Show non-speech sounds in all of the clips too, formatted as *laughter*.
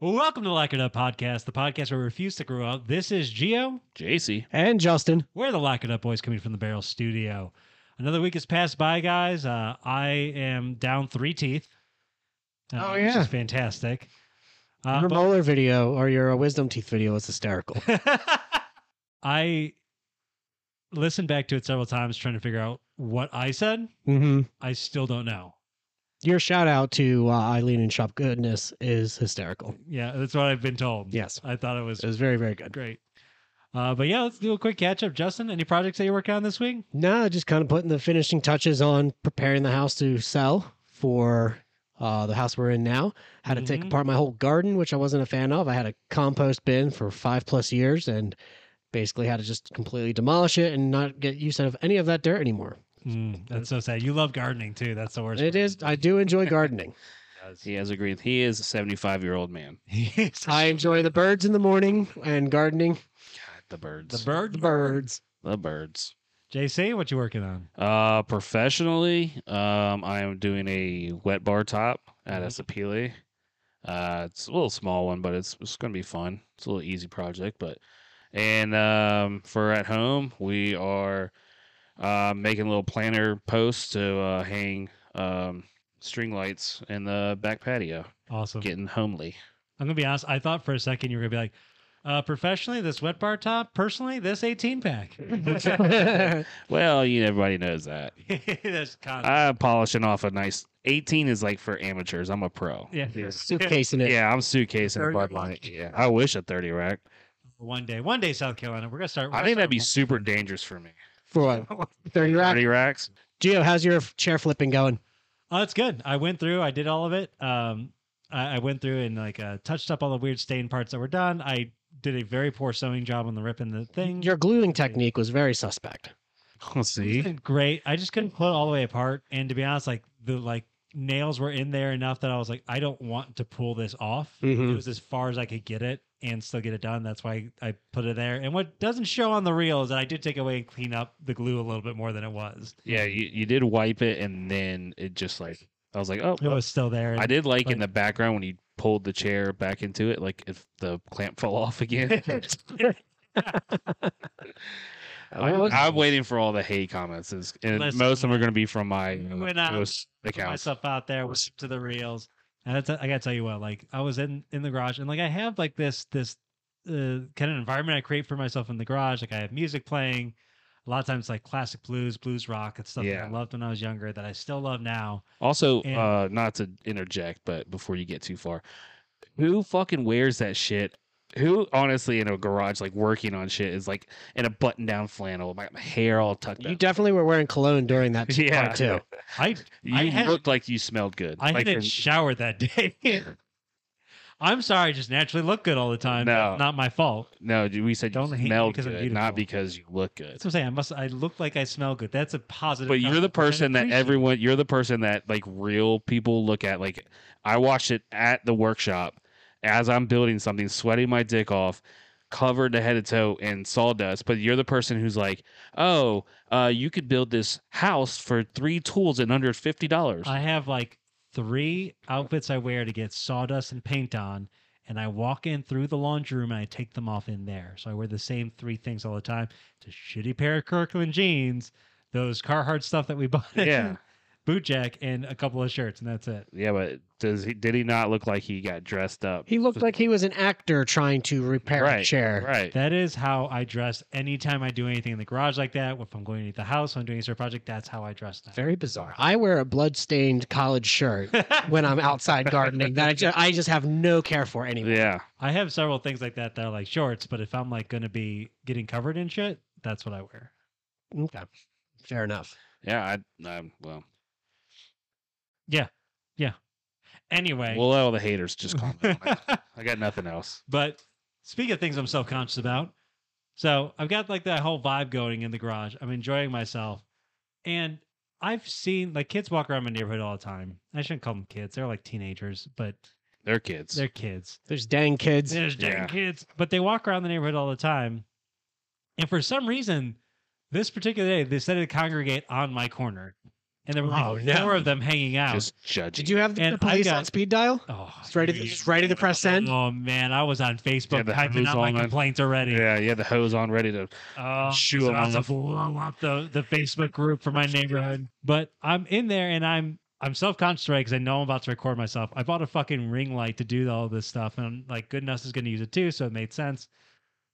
Welcome to Like It Up Podcast, the podcast where we refuse to grow up. This is Geo. JC. And Justin. We're the Lock It Up Boys coming from the Barrel Studio. Another week has passed by, guys. Uh, I am down three teeth. Uh, Oh, Which yeah. is fantastic. your Uh, but- molar video or your uh, wisdom teeth video was hysterical. *laughs* I listened back to it several times trying to figure out what I said. mm-hmm. I still don't know. Your shout out to uh, Eileen and Shop Goodness is hysterical. Yeah, that's what I've been told. Yes. I thought it was It was very, very good. great. Uh, but yeah, let's do a quick catch up. Justin, any projects that you're working on this week? No, just kind of putting the finishing touches on preparing the house to sell for uh, the house we're in now. Had to take Mhm. apart my whole garden, which I wasn't a fan of. I had a compost bin for five plus years and basically had to just completely demolish it and not get use out of any of that dirt anymore. Mm, that's so sad. You love gardening too. That's the worst. It is. I do enjoy gardening. part. He has agreed. He is a 75 year old man. *laughs* Yes. I enjoy the birds in the morning and gardening. God, the birds. the bird. The birds. The birds. JC, what you working on? Uh, professionally, um, I am doing a wet bar top at Mhm. Esapele. E. Uh, it's a little small one, but it's it's gonna be fun. It's a little easy project, but and um, for at home, we are uh, making little planter posts to uh, hang um, string lights in the back patio. Awesome. Getting homely. I'm gonna be honest. I thought for a second you were gonna be like, uh, professionally this wet bar top. Personally this 18 *laughs* pack. Well, you everybody knows that. *laughs* That's kind I'm polishing off a nice 18 is like for amateurs. I'm a pro. yeah. *laughs* Suitcase in it. Yeah, I'm suitcasing a 30 Bud Light. Yeah, I wish a 30 rack. One day, one day, South Carolina, we're gonna start. I think that'd be super dangerous for me. For what? 30 rack. *laughs* 30 racks. Gio, how's your f- chair flipping going? Oh, that's good. I went through. I did all of it. Um, I, I went through and like uh, touched up all the weird stain parts that were done. I did a very poor sewing job on the rip and the thing. Your gluing technique was very suspect. Oh, Let's see. It was great. I just couldn't pull it all the way apart. And to be honest, like the like nails were in there enough that I was like, I don't want to pull this off. It Mm-hmm. Mhm. was as far as I could get it and still get it done. That's why I put it there. And what doesn't show on the reel is that I did take away and clean up the glue a little bit more than it was. Yeah, you, you did wipe it, and then it just like, I was like, oh, It was still there. I did like in like- the background when he pulled the chair back into it, like if the clamp fell *laughs* off again. *laughs* I'm, was- I'm waiting for all the hate comments, it's- and Listen, most of them are going to be from my uh, when um, I- post put accounts. myself out there with to the reels. And that's, I gotta tell you what, like I was in in the garage, and like I have like this this uh, kind of environment I create for myself in the garage. Like I have music playing, a lot of times like classic blues, blues rock, and stuff that Yeah. I loved when I was younger that I still love now. Also, And- uh, not to interject, but before you get too far, who fucking wears that shit? Who honestly in a garage like working on shit is like in a button down flannel, my, my hair all tucked You up. definitely were wearing cologne during that *laughs* t- Yeah. part, too. *laughs* I You I had- looked like you smelled good. I like hadn't showered that *laughs* day. I'm sorry, I just naturally look good all the time. No. That's not my fault. no, dude, we said Don't hate you me smelled because I'm good, beautiful. not because you look good. That's what I'm saying. I must. I look like I smell good. That's a positive. But you're the compliment, which I person that appreciate. everyone, you're the person that like real people look at. Like, I watched it at the workshop as I'm building something, sweating my dick off, covered to head to toe in sawdust. But you're the person who's like, oh, uh, you could build this house for three tools in under $50. I have like three outfits I wear to get sawdust and paint on, and I walk in through the laundry room and I take them off in there. So I wear the same three things all the time. It's a shitty pair of Kirkland jeans, those Carhartt stuff that we *laughs* bought, at Yeah. Bootjack, and a couple of shirts, and that's it. yeah, but does he, did he not look like he got dressed up? He looked like he was an actor trying to repair a Right, chair. right. That is how I dress anytime I do anything in the garage like that. If I'm going to the house, I'm doing a certain project, that's how I dress now. Very bizarre. I wear a blood-stained college shirt when I'm outside gardening that I just, I just have no care for anymore. yeah. *laughs* I have several things like that that are like shorts, but if I'm like going to be getting covered in shit, that's what I wear. Okay. Fair enough. Yeah. I, I, well, Anyway. we'll let all the haters just comment on *laughs* it. I got nothing else. But speaking of things I'm self conscious about, so I've got like that whole vibe going in the garage. I'm enjoying myself. And I've seen like kids walk around my neighborhood all the time. I shouldn't call them kids. They're like teenagers, but They're kids. they're kids. There's dang kids. There's dang *laughs* Yeah. kids. But they walk around the neighborhood all the time. And for some reason, this particular day, they decided to congregate on my corner. and there were like Oh, four no. of them hanging out. Just judging. Did you have the And I police got- on speed dial? oh, Just ready to, just ready to press send. oh man, I was on Yeah, Facebook the typing who's out my on it. complaints already. yeah, you had the hose on ready to. Oh, Shoot so him I on was the to blow up the, the Facebook group for my neighborhood. But I'm in there and I'm I'm self conscious right because I know I'm about to record myself. I bought a fucking ring light to do all this stuff, and I'm like, goodness is going to use it too, so it made sense.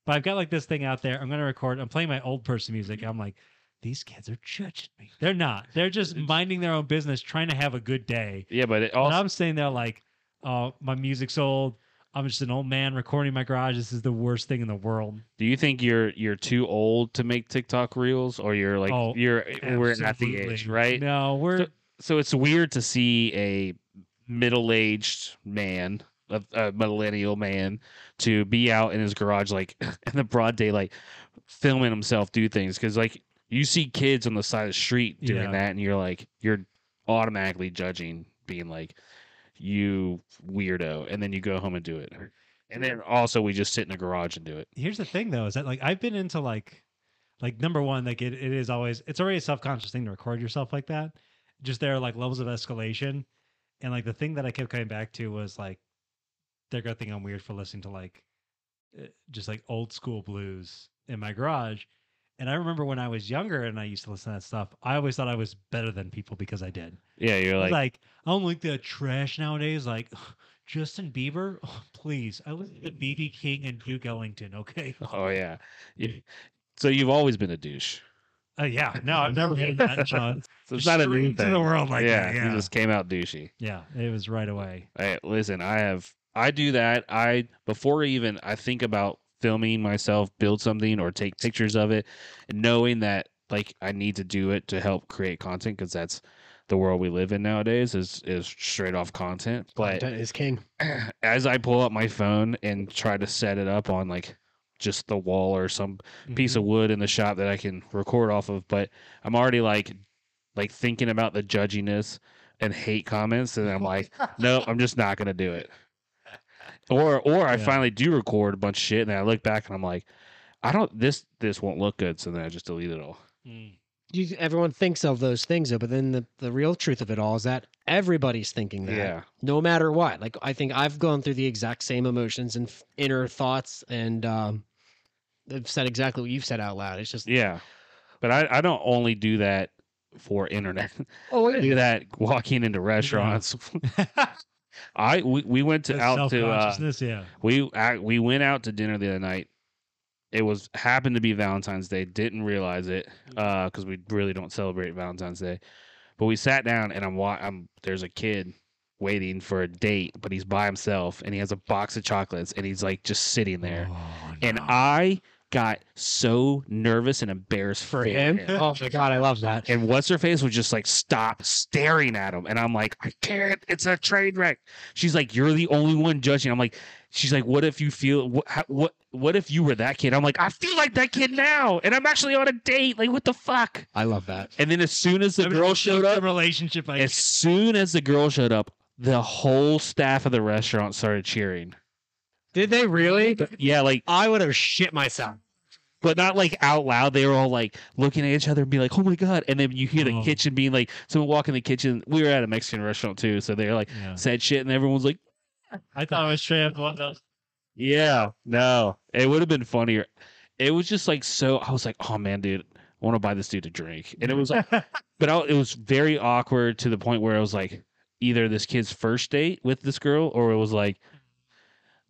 But I've got like this thing out there. I'm going to record. I'm playing my old person music. I'm like, these kids are judging me. They're not. They're just minding their own business, trying to have a good day. Yeah, but it And also I'm sitting there like, oh, my music's old. I'm just an old man recording in my garage. This is the worst thing in the world. Do you think you're you're too old to make TikTok reels, or you're like Oh, you're we're not the age, Absolutely. right? No, we're So it's weird to see a middle aged man, a, a millennial man, to be out in his garage like *laughs* in the broad daylight, filming himself do things because like you see kids on the side of the street doing Yeah. that, and you're like you're automatically judging, being like you weirdo, and then you go home and do it. And then also we just sit in the garage and do it. here's the thing though is that like I've been into like like number one like it, it is always it's already a self-conscious thing to record yourself like that just there are like levels of escalation and like the thing that I kept coming back to was like they're gonna think I'm weird for listening to like uh, just like old school blues in my garage and I remember when I was younger and I used to listen to that stuff I always thought I was better than people because I did Yeah, you're like, like, I don't like that trash nowadays. Like *sighs* Justin Bieber, *laughs* please. I listen to BB King and Duke Ellington. Okay. *laughs* Oh yeah. You- So you've always been a douche. Uh, *laughs* yeah. No, I've never been that. John. So it's not a new Straight to thing. the world like yeah, that. Yeah. you just came out douchey. Yeah. It was right away. I, listen, I have I do that. I before even I think about filming myself, build something or take pictures of it, knowing that like I need to do it to help create content because that's the world we live in nowadays is is straight off content. But Content is king. *clears throat* as I pull up my phone and try to set it up on like just the wall or some piece of wood in the shop that I can record off of, but I'm already like like thinking about the judginess and hate comments and I'm like, nope, I'm just not gonna do it. Or or I Yeah. finally do record a bunch of shit and I look back and I'm like, I don't this this won't look good, so then I just delete it all. Mhm. You, everyone thinks of those things, though, but then the, the real truth of it all is that everybody's thinking that. Yeah. no matter what. Like I think I've gone through the exact same emotions and f- inner thoughts, and um, I've said exactly what you've said out loud. It's just Yeah. But I, I don't only do that for internet. *laughs* oh, I do that *laughs* walking into restaurants. I we, we went to That's out to uh, self-consciousness, yeah. We I, we went out to dinner the other night. It was happened to be Valentine's Day. Didn't realize it because we really don't celebrate Valentine's Day. But we sat down and I'm wa- I'm there's a kid waiting for a date, but he's by himself and he has a box of chocolates and he's like just sitting there. Oh, And no. I got so nervous and embarrassed for him. Oh my god, I love that. And what's her face would just like stop staring at him. And I'm like, I can't. It's a train wreck. She's like, You're the only one judging. I'm like, She's like, What if you feel what how, what what if you were that kid? I'm like, I feel like that kid now. And I'm actually on a date. Like, what the fuck? I love that. And then as soon as the I mean, girl showed the up, relationship. I as soon as the girl showed up, the whole staff of the restaurant started cheering. Did they really? Yeah, like I would have shit myself. but not like out loud. They were all like looking at each other and be like, "Oh my god!" And then you hear the Oh. kitchen being like, someone walk in the kitchen. We were at a Mexican restaurant too, so they're like Yeah. said shit, and everyone's like, I thought I was straight up one of those. "Yeah, no." It would have been funnier. It was just like so. I was like, "Oh man, dude, I want to buy this dude a drink," and it was *laughs* like, but I, it was very awkward to the point where I was like, either this kid's first date with this girl, or it was like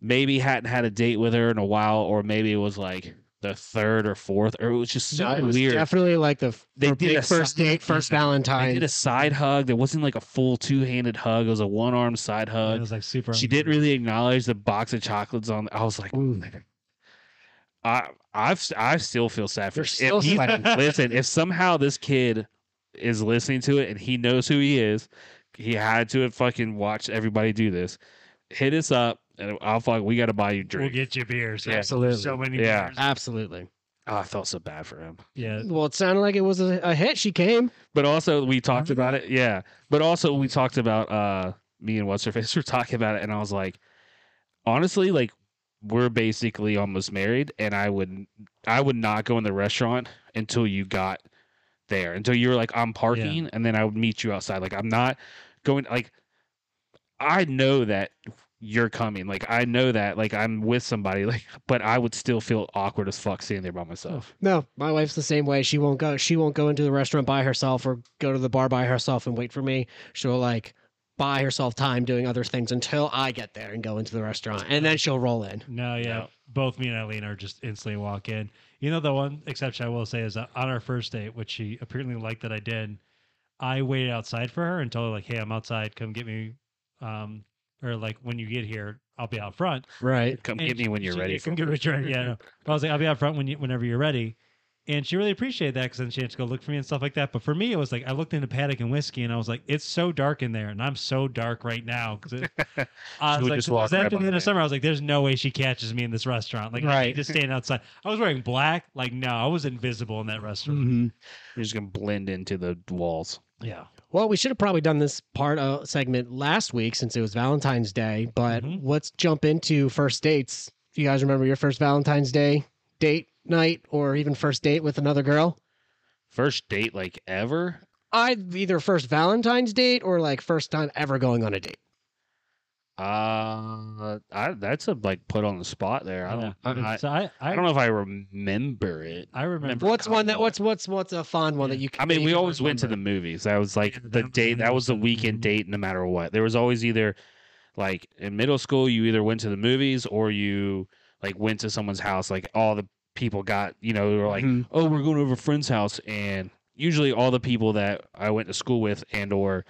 maybe hadn't had a date with her in a while, or maybe it was like. The third or fourth, or it was just so it was weird. definitely like the f- They for did big a first side- date, first yeah. I Valentine. did a side hug. There wasn't like a full two handed hug. It was a one arm side it hug. was like super. She didn't really acknowledge the box of chocolates on. I was like, Ooh, I, I've, I still feel sad for. they're If still he- *laughs* sweating. listen, if somehow this kid is listening to it and he knows who he is, he had to have fucking watched everybody do this. Hit us up, and I'll fuck. We got to buy you a We'll drink. get you beers. Yeah. Absolutely. So many Yeah. beers. Absolutely. Oh, I felt so bad for him. Yeah. Well, it sounded like it was a, a hit. She came. But also we talked about it. Yeah. But also we talked about uh me and what's her face *laughs* were talking about it and I was like honestly like we're basically almost married and I would I would not go in the restaurant until you got there until you were like, I'm parking, and then I would meet you outside. Like I'm not going like I know that you're coming. Like I know that. Like I'm with somebody. *laughs* Like but I would still feel awkward as fuck sitting there by myself. No, my wife's the same way. She won't go. She won't go into the restaurant by herself or go to the bar by herself and wait for me. She'll like buy herself time doing other things until I get there and go into the restaurant, and then she'll roll in. No, yeah. No. Both me and Eileen are just instantly walk in. You know, the one exception I will say is that on our first date, which she apparently liked that I did, I waited outside for her and told her, like, hey, I'm outside. Come get me. Um, or like, when you get here, I'll be out front. Right. Come And get me when you're she- ready. Come get me when you're ready. Yeah. no. But I was like, I'll be out front when you, whenever you're ready. And she really appreciated that because then she had to go look for me and stuff like that. But for me, it was like I looked into Paddock and whiskey, and I was like, "It's so dark in there, and I'm so dark right now." Because *laughs* I was She would like, just it was walk right after the by end me. of summer, I was like, "There's no way she catches me in this restaurant." Like, I *laughs* Right. just standing outside. I was wearing black. Like, no, I was invisible in that restaurant. Mm-hmm. You're just gonna blend into the walls. Yeah, Well, we should have probably done this part of segment last week since it was Valentine's Day, but Mhm. let's jump into first dates. Do you guys remember your first Valentine's Day date night or even first date with another girl? First date like ever? I either first Valentine's date or like first time ever going on a date. Uh I that's a like put on the spot there. I don't Yeah. I, so I, I, I don't know if I remember it. I remember. What's one that couple. what's what's what's a fond one that Yeah. you can I mean, that we you can always went to the remember? movies. That was like Yeah, the that was date. That was the awesome. weekend Mhm. date, no matter what. There was always either, like in middle school, you either went to the movies or you like went to someone's house. Like all the people got, you know, they were like, Mhm. oh, we're going over a friend's house, and usually all the people that I went to school with and or,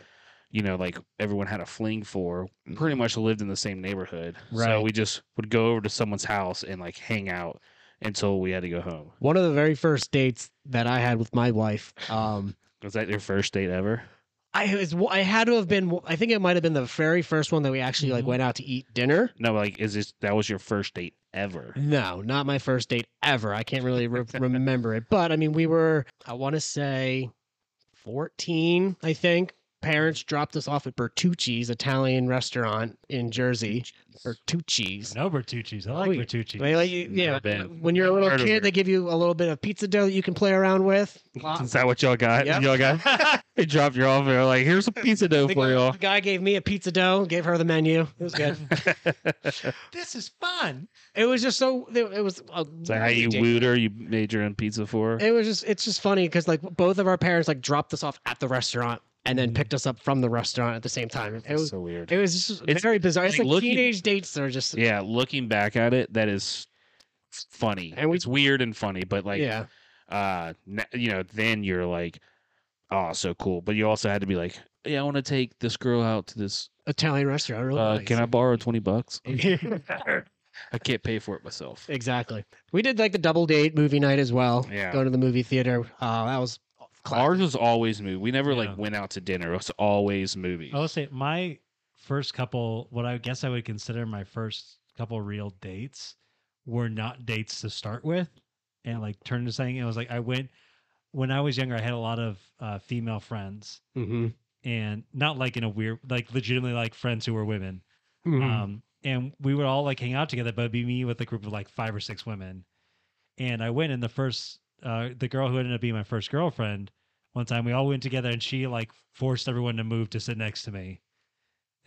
you know, like everyone had a fling for, pretty much lived in the same neighborhood. Right. So we just would go over to someone's house and like hang out until we had to go home. one of the very first dates that I had with my wife. Um, Was that your first date ever? I it was I had to have been I think it might have been the very first one that we actually like Mhm. went out to eat dinner. No, like is this that was your first date ever? No, not my first date ever. I can't *laughs* really re- remember it. But I mean, we were, I want to say 14, I think. Parents dropped us off at Bertucci's Italian restaurant in Jersey. Bertucci's. No Bertucci's. I like Oh, yeah. Bertucci's. They let you- yeah, Never been. when you're a little Heard of kid, it. they give you a little bit of pizza dough that you can play around with. Is that what y'all got? Yep. Y'all *laughs* got? they dropped you off. They're like, "Here's a pizza dough The for guy, *laughs* y'all." the guy gave me a pizza dough, gave her the menu. It was *laughs* good. This is fun. it was just so. It was. a It's like how you ridiculous- wooed her. You made your own pizza for her. It was just it's just funny because like both of our parents like dropped us off at the restaurant and then Mhm. picked us up from the restaurant at the same time. It Mm-hmm. That's was so weird. it was just It's- very bizarre. It's like like, looking- teenage dates are just yeah, yeah, looking back at it, that is funny. And we- it's weird and funny, but like, yeah. uh, n- you know, then you're like, "Oh, so cool," but you also had to be like, "Yeah, I want to take this girl out to this. Italian restaurant. Really Uh, nice. can I borrow twenty bucks? I can't pay for it myself." *laughs* exactly. We did like the double date movie night as well. Yeah. Going to the movie theater. Uh, that was Ours was always movie. We never Yeah. Oh, like went out to dinner. It was always movie. I will say my first couple, what I guess I would consider my first couple real dates, were not dates to start with, and like turned to saying it was like I went when I was younger. I had a lot of uh, female friends, Mhm. and not like in a weird, like legitimately like friends who were women. Mm-hmm. Mhm. Um, and we would all like hang out together, but it'd be me with a group of like five or six women. And I went, and the first, uh, the girl who ended up being my first girlfriend, one time we all went together, and she like forced everyone to move to sit next to me.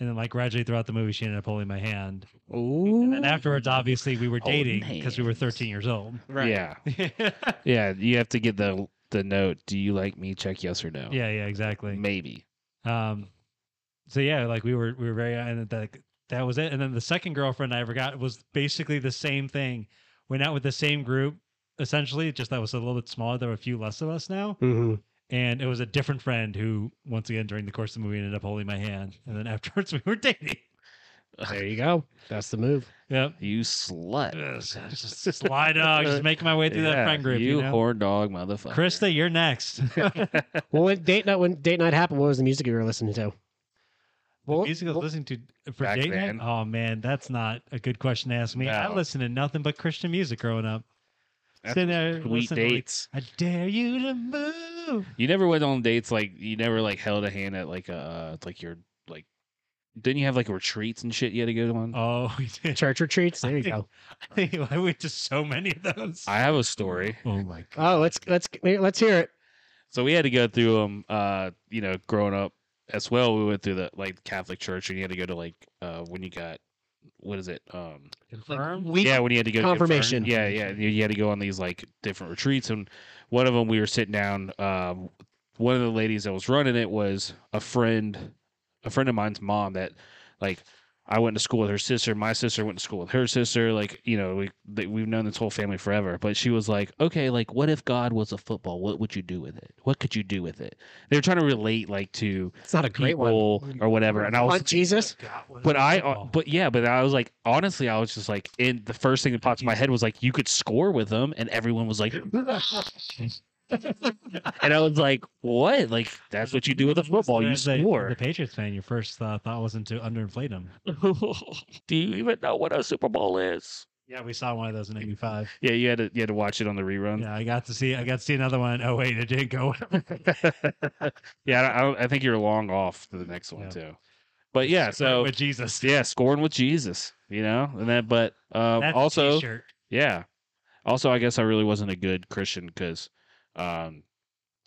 And then, like gradually throughout the movie, she ended up holding my hand. And then afterwards, obviously, we were Holding dating because we were hands. 13 years old. *laughs* Yeah. yeah, Yeah. You have to get the the note. Do you like me? Check yes or no. yeah, exactly. Maybe. Um, so yeah, like we were we were very and that that was it. And then the second girlfriend I ever got was basically the same thing. Went out with the same group, essentially, just that was a little bit smaller. There were a few less of us now, Mhm. and it was a different friend who, once again, during the course of the movie, ended up holding my hand, and then *laughs* afterwards we were dating. There you go. That's the move. Yep. You slut. Just *laughs* sly dog, just making my way through that Yeah, friend group. You, You, know? whore dog motherfucker. Krista, you're *laughs* next. Well, when date night when date night happened, what was the music you were listening to? The Well, music I was well, listening to uh, for Back date night? then. Oh man, that's not a good question to ask me. I No. listened to nothing but Christian music growing up. That's Sitting there Sweet listening to, like, dates. I dare you to move. You never went on dates like you never like held a hand at like uh like your like didn't you have like retreats and shit you had to go on? Oh, *laughs* we did. church retreats. There *laughs* you go. I went to so many of those. I have a story. oh my god. Oh, let's let's let's hear it. So we had to go through them. Uh, you know, growing up as well, we went through the like Catholic church, and you had to go to like uh when you got what is it? Um, Confirmed. we yeah, when you had to go to confirm- Confirmation. Yeah, yeah, you, you had to go on these like different retreats, and one of them we were sitting down. Um, one of the ladies that was running it was a friend, a friend of mine's mom that, like, I went to school with her sister. My sister went to school with her sister. Like, you know, we they, we've known this whole family forever. But she was like, okay, like, what if God was a football? What would you do with it? What could you do with it? They were trying to relate like to it's not a great one. people or whatever. And I was Want Jesus? but I, uh, but yeah, but I was like, honestly, I was just like, in the first thing that popped in my head was like, you could score with them, and everyone was like, *laughs* and I was like, what? Like that's what you do with a football, you As a- score. The Patriots fan, your first uh, thought wasn't to underinflate them. *laughs* do you even know what a Super Bowl is? Yeah, we saw one of those in '85. Yeah, you had to you had to watch it on the rerun. Yeah, I got to see. I got to see another one. Oh wait, it didn't go. *laughs* well. *laughs* Yeah, I, I, I think you're long off to the next one Yeah. too. *laughs* But yeah, so with Jesus. yeah, scoring with Jesus, you know, and then but um, That's a also. t-shirt. Yeah. Also, I guess I really wasn't a good Christian because um,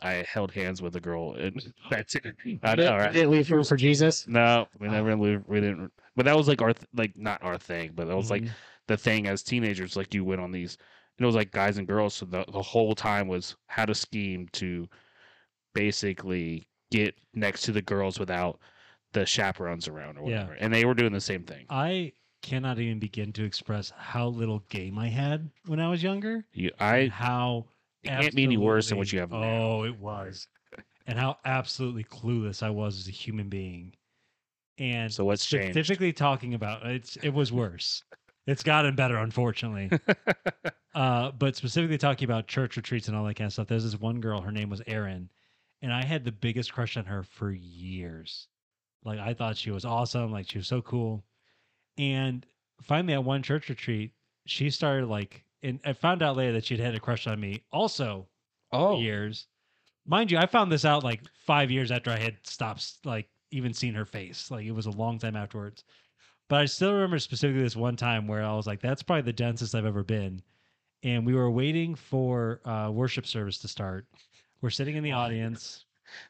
I held hands with a girl. And that's *laughs* it. I know, Did- right? Didn't leave room for Jesus. No, we never we, we didn't. But that was like our th- like not our thing, but that was like Mhm. the thing as teenagers. Like you went on these, and it was like guys and girls. So the the whole time was how to scheme to basically get next to the girls without the chaperones around or Yeah. whatever. And they were doing the same thing. I cannot even begin to express how little game I had when I was younger. You, and I how it can't be any worse than what you have absolutely- now. Oh, it was, and how absolutely clueless I was as a human being. And So what's changed? specifically talking about uh, it's it was *laughs* worse. it's gotten better, unfortunately. uh, but specifically talking about church retreats and all that kind of stuff. There's this one girl. Her name was Erin, and I had the biggest crush on her for years. Like I thought she was awesome. Like she was so cool. And finally, at one church retreat, she started like, and I found out later that she'd had a crush on me. Also, Oh, years. Mind you, I found this out like five years after I had stopped, like even seen her face. Like it was a long time afterwards. But I still remember specifically this one time where I was like, that's probably the densest I've ever been. And we were waiting for uh, worship service to start. We're sitting in the Oh audience.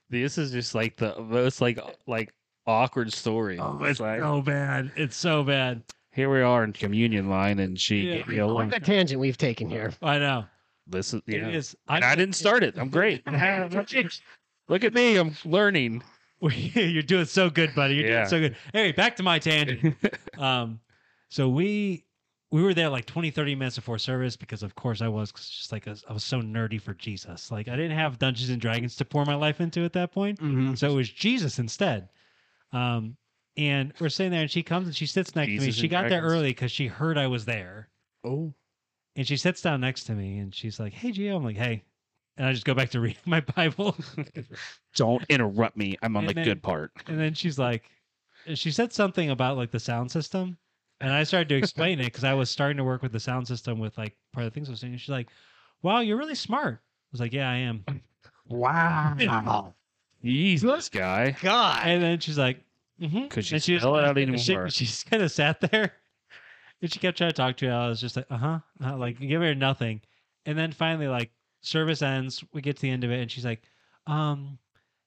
This is just like the most like like awkward story. Oh, it's like so bad. It's so bad. here we are in communion line, and she Yeah. gave me a what look. a tangent we've taken here. I know. This is It yeah. is. And I didn't start it. I'm *laughs* great. look at me, I'm learning. *laughs* You're doing so good, buddy. You're Yeah. doing so good. Anyway, back to my tangent. *laughs* um so we we were there like 20 30 minutes before service because of course i was 'cause just like I was- I was so nerdy for jesus like i didn't have dungeons and dragons to pour my life into at that point Mm-hmm. so it was jesus instead um and we're sitting there and she comes and she sits next to me Jesus she and got there dragons. early because she heard i was there Oh, and she sits down next to me and she's like hey Gio. i'm like hey and i just go back to reading *laughs* my bible *laughs* Don't interrupt me. I'm on And the then- good part. And then she's like, she said something about like the sound system. And I started to explain it because I was starting to work with the sound system with like part of the things I was doing. And she's like, wow, you're really smart. I was like, yeah, I am. wow. Jeez, this guy. God. And then she's like, mm-hmm. Could she and just- spell it out even she, more? She just kind of sat there *laughs* and she kept trying to talk to me. I was just like, uh huh. uh Like, give her nothing. And then finally, like, service ends. We get to the end of it. And she's like, um,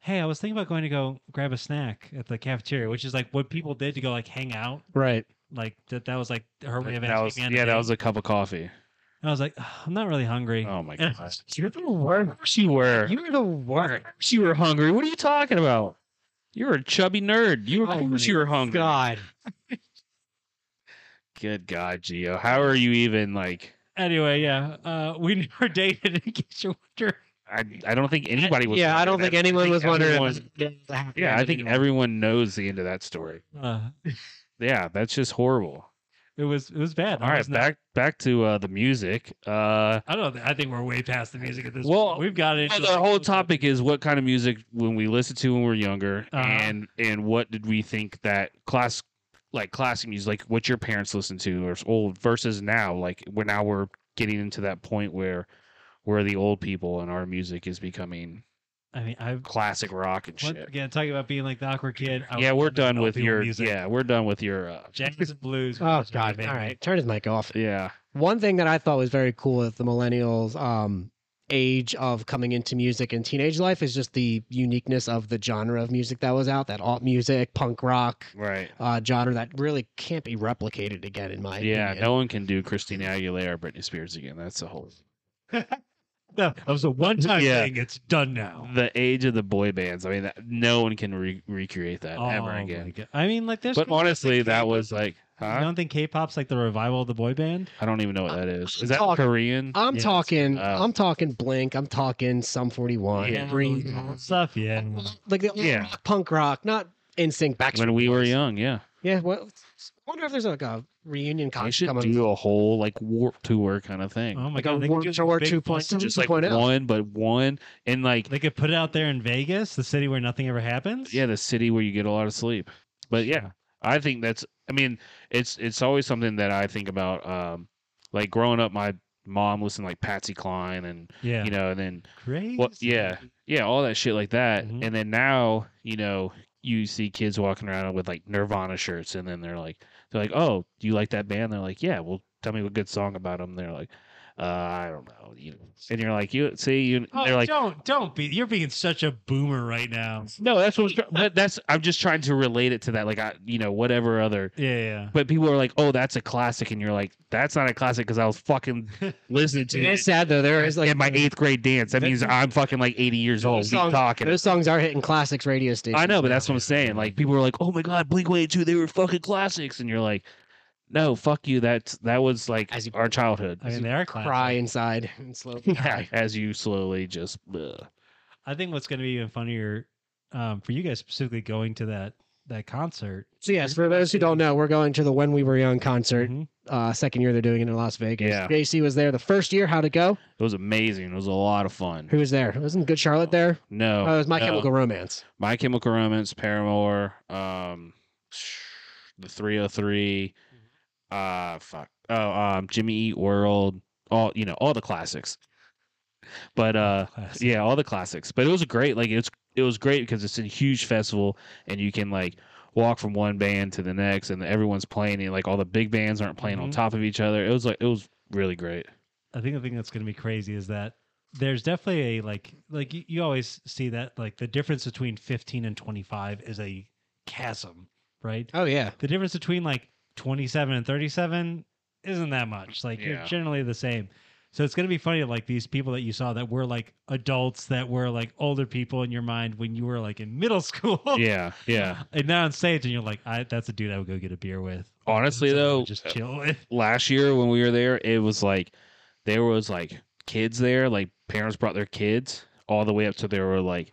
hey, I was thinking about going to go grab a snack at the cafeteria, which is like what people did to go like hang out. Right. Like that that was like her way of That asking was, me on a yeah, that date. was a cup of coffee. And I was like, "Ugh, I'm not really hungry. Oh my And- gosh. You're the worst. Of course you were. You were the worst. You were hungry. What are you talking about? You were a chubby nerd. You were, of Oh course my you were hungry. God. Good God, Gio. How are you even like? Anyway, yeah. Uh we *laughs* never dated in case you're wondering. I, I don't think anybody was. yeah, I don't wondering. think anyone was wondering. everyone- if- Yeah, I think everyone knows the end of that story. Uh, Yeah, that's just horrible. it was it was bad. I All right, was not- back back to uh, the music. Uh, I don't know. I think we're way past the music at this Well, point. We've got it. well, the whole topic is what kind of music when we listened to when we were younger, Uh-huh. and and what did we think that class like classic music, like what your parents listened to, or s- old versus now, like we're now we're getting into that point where we're the old people and our music is becoming I mean, I've classic rock and once *laughs* shit. again talking about being like the awkward kid. I Yeah, was we're never done an with LP your music. yeah, we're done with your *laughs* uh, jazz and *laughs* blues. Oh was my God! baby. All right, turn his mic off. *laughs* yeah. One thing that I thought was very cool with the millennials um, age of coming into music and teenage life is just the uniqueness of the genre of music that was out that alt music, punk rock Right. uh, genre that really can't be replicated again, in my Yeah, opinion. no one can do Christina Aguilera or Britney Spears again. That's a whole. No, that was a one-time *laughs* Yeah. thing. It's done now. Oh. The age of the boy bands. I mean, that, no one can re- recreate that ever Oh my again. God. I mean, like, there's. But honestly, that was like. like, I huh? don't think K-pop's like the revival of the boy band. I don't even know what that is. Uh, I'm Is that talking- Korean? I'm Yeah, talking, uh, I'm talking Blink, I'm talking Sum 41, Yeah. Green, Stuff, yeah. like the Yeah. punk rock, not in sync. Back When we were young, yeah. yeah. Well, I wonder if there's like a reunion They concert should coming. do a whole like warp tour kind of thing. Oh my Like a god, they could World do War big Two point- festival. Just like 2.0. one, but one. And like, They could put it out there in Vegas, the city where nothing ever happens. yeah, the city where you get a lot of sleep. But yeah, I think that's. I mean, it's it's always something that I think about. Um, like growing up, my mom listened to, like Patsy Cline, and yeah, you know, and then crazy. what? Yeah, yeah, all that shit like that. Mhm. And then now, you know, you see kids walking around with like Nirvana shirts, and then they're like, they're like, oh, do you like that band? They're like, yeah. Well, tell me a good song about them. They're like. Uh, I don't know. You and you're like you see you. Oh, they're like don't don't be. You're being such a boomer right now. no. That's what. I'm try- But that's I'm just trying to relate it to that. Like I, you know, whatever other Yeah, but people are like, "Oh, that's a classic," and you're like, "That's not a classic because I was fucking *laughs* yeah. listening to It is it sad though. There is like in my eighth grade dance." That That- means I'm fucking like 80 years old. Those Keep songs- talking. those songs are hitting classics radio stations. I know, but now. that's what I'm saying. Like people are like, "Oh my god, Blink 182, they were fucking classics," and you're like, "No, fuck you. That's that was like As you- our childhood." I mean, they are classic. cry inside and slow. *laughs* Yeah, as you slowly just ugh. I think what's going to be even funnier um, for you guys specifically going to that that concert. So yes, for those who don't know, we're going to the When We Were Young concert. Mhm. Uh, second year they're doing it in Las Vegas. Mm-hmm. Yeah. JC was there the first year. How'd it go? it was amazing. It was a lot of fun. Who was there? Wasn't Good Charlotte there? No, Oh, it was My no. Chemical Romance. My Chemical Romance, Paramore, um, *sighs* the 303, uh, fuck, oh, um, Jimmy Eat World, all you know, all the classics. But uh, Classic. yeah, all the classics. But it was great. Like it's it was great because it's a huge festival, and you can like walk from one band to the next, and everyone's playing. And like all the big bands aren't playing on Mhm. top of each other. It was like it was really great. I think the thing that's going to be crazy is that there's definitely a like like you, you always see that like the difference between 15 and 25 is a chasm, right? Oh yeah. The difference between like 27 and 37 isn't that much. Like you're Yeah. generally the same. So it's going to be funny like these people that you saw that were like adults that were like older people in your mind when you were like in middle *laughs* school. Yeah, yeah. And now on stage and you're like, I, that's a dude I would go get a beer with. Honestly, Someone I though, would just chill with. last year when we were there, it was like there was like kids there, like parents brought their kids all the way up to there were like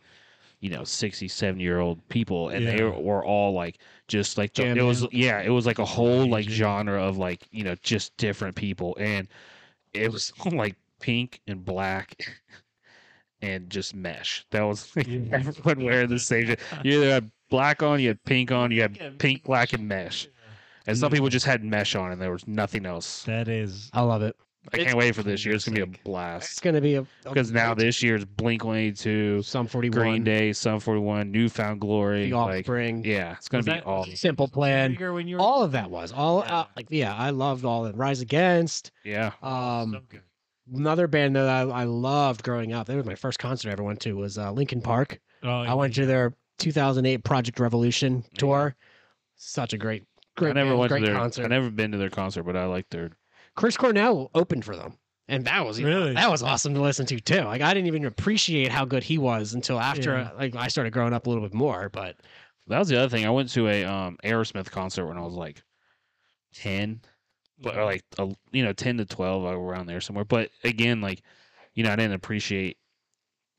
you know 60 70 year old people and they Yeah. were all like just like Jamming it was yeah it was like a whole like Raging. genre of like you know just different people and it was *laughs* like pink and black *laughs* and just mesh that was like, Yeah. *laughs* everyone wearing the same shit. you either had black on you had pink on you had Yeah. pink black and mesh and some people just had mesh on and there was nothing else That is I love it. I It's can't wait for this year. It's gonna be a sick. It's blast. gonna be a Because now this year's Blink One Eighty Two, Some Forty Green One, Day, Sun Forty One, Newfound Glory. The Like, Offspring, yeah, it's gonna Was be that- all. Simple Plan, bigger when you were all of that was all Yeah. uh, like yeah. I loved all of it. Rise Against. Yeah, Um, So good. another band that I, I loved growing up. That was my first concert I ever went to was uh, Lincoln Park. Oh, I went to their 2008 Project Revolution Yeah. tour. Such a great, great, I never band, went great to their. concert. I never been to their concert, but I like their. Chris Cornell opened for them, and that was Really? that was awesome to listen to too. Like I didn't even appreciate how good he was until after Yeah. like I started growing up a little bit more. But That was the other thing. I went to a um Aerosmith concert when I was like ten, but or like a, you know ten to twelve like, around there somewhere. But again, like you know, I didn't appreciate